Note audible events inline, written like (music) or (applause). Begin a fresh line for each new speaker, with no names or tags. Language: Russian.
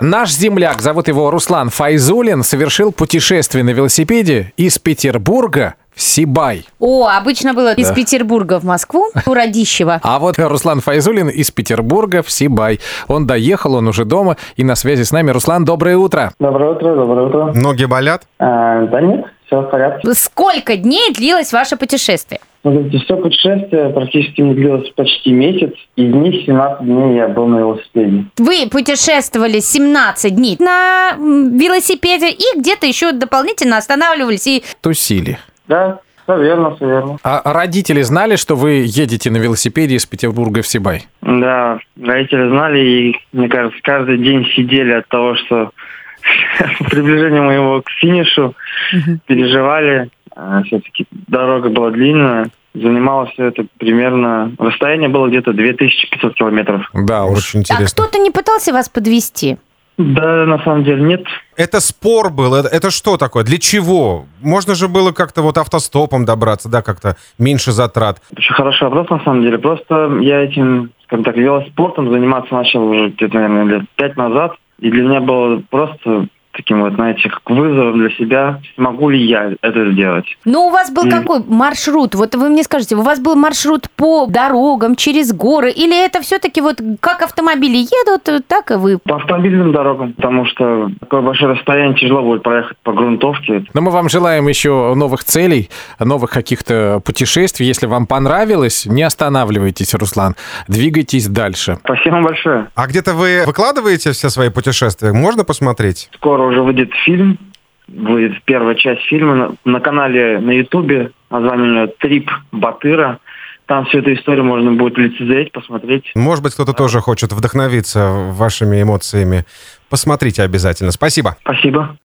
Наш земляк, зовут его Руслан Файзулин, совершил путешествие на велосипеде из Петербурга в Сибай.
О, обычно было из Петербурга в Москву у Радищева.
А вот Руслан Файзулин из Петербурга в Сибай. Он доехал, он уже дома и на связи с нами. Руслан, доброе утро.
Доброе утро, доброе утро.
Ноги болят?
А, да нет, все в порядке. Ну,
Сколько дней длилось ваше путешествие?
Смотрите, все путешествие практически не длилось почти месяц. Из них 17 дней я был на велосипеде.
Вы путешествовали 17 дней на м, велосипеде и где-то еще дополнительно останавливались. И
Тусили.
Да, все верно, все верно.
А родители знали, что вы едете на велосипеде из Петербурга в Сибай?
Да, родители знали и, мне кажется, каждый день сидели от того, что (laughs) приближение моего к финишу переживали. А, Все-таки дорога была длинная. Занимало все это примерно... Расстояние было где-то 2500 километров.
Да,
Очень
а
интересно.
кто-то не пытался вас подвести?
Да, на самом деле нет.
Это спор был. Это, это что такое? Для чего? Можно же было как-то вот автостопом добраться, да, как-то меньше затрат.
Очень хороший вопрос, на самом деле. Просто я этим, скажем так, велоспортом заниматься начал уже где-то, наверное, лет пять назад. И для меня было просто таким вот, знаете, как вызовом для себя, смогу ли я это сделать.
Ну, у вас был
М.
какой маршрут? Вот вы мне скажите, у вас был маршрут по дорогам, через горы? Или это все-таки вот как автомобили едут, э, так и вы?
По автомобильным дорогам, потому что такое большое расстояние тяжело будет проехать по грунтовке.
Но Ну, мы вам желаем еще новых целей, новых каких-то путешествий. Если вам понравилось, не останавливайтесь, Руслан. Двигайтесь дальше.
Спасибо вам большое.
А где-то вы выкладываете все свои путешествия? Можно посмотреть?
Скоро уже выйдет фильм, будет первая часть фильма на, на канале на Ютубе, название у него «Трип Батыра». Там всю эту историю можно будет лицезреть, посмотреть.
Может быть, кто-то тоже хочет вдохновиться вашими эмоциями. Посмотрите обязательно. Спасибо.
Спасибо.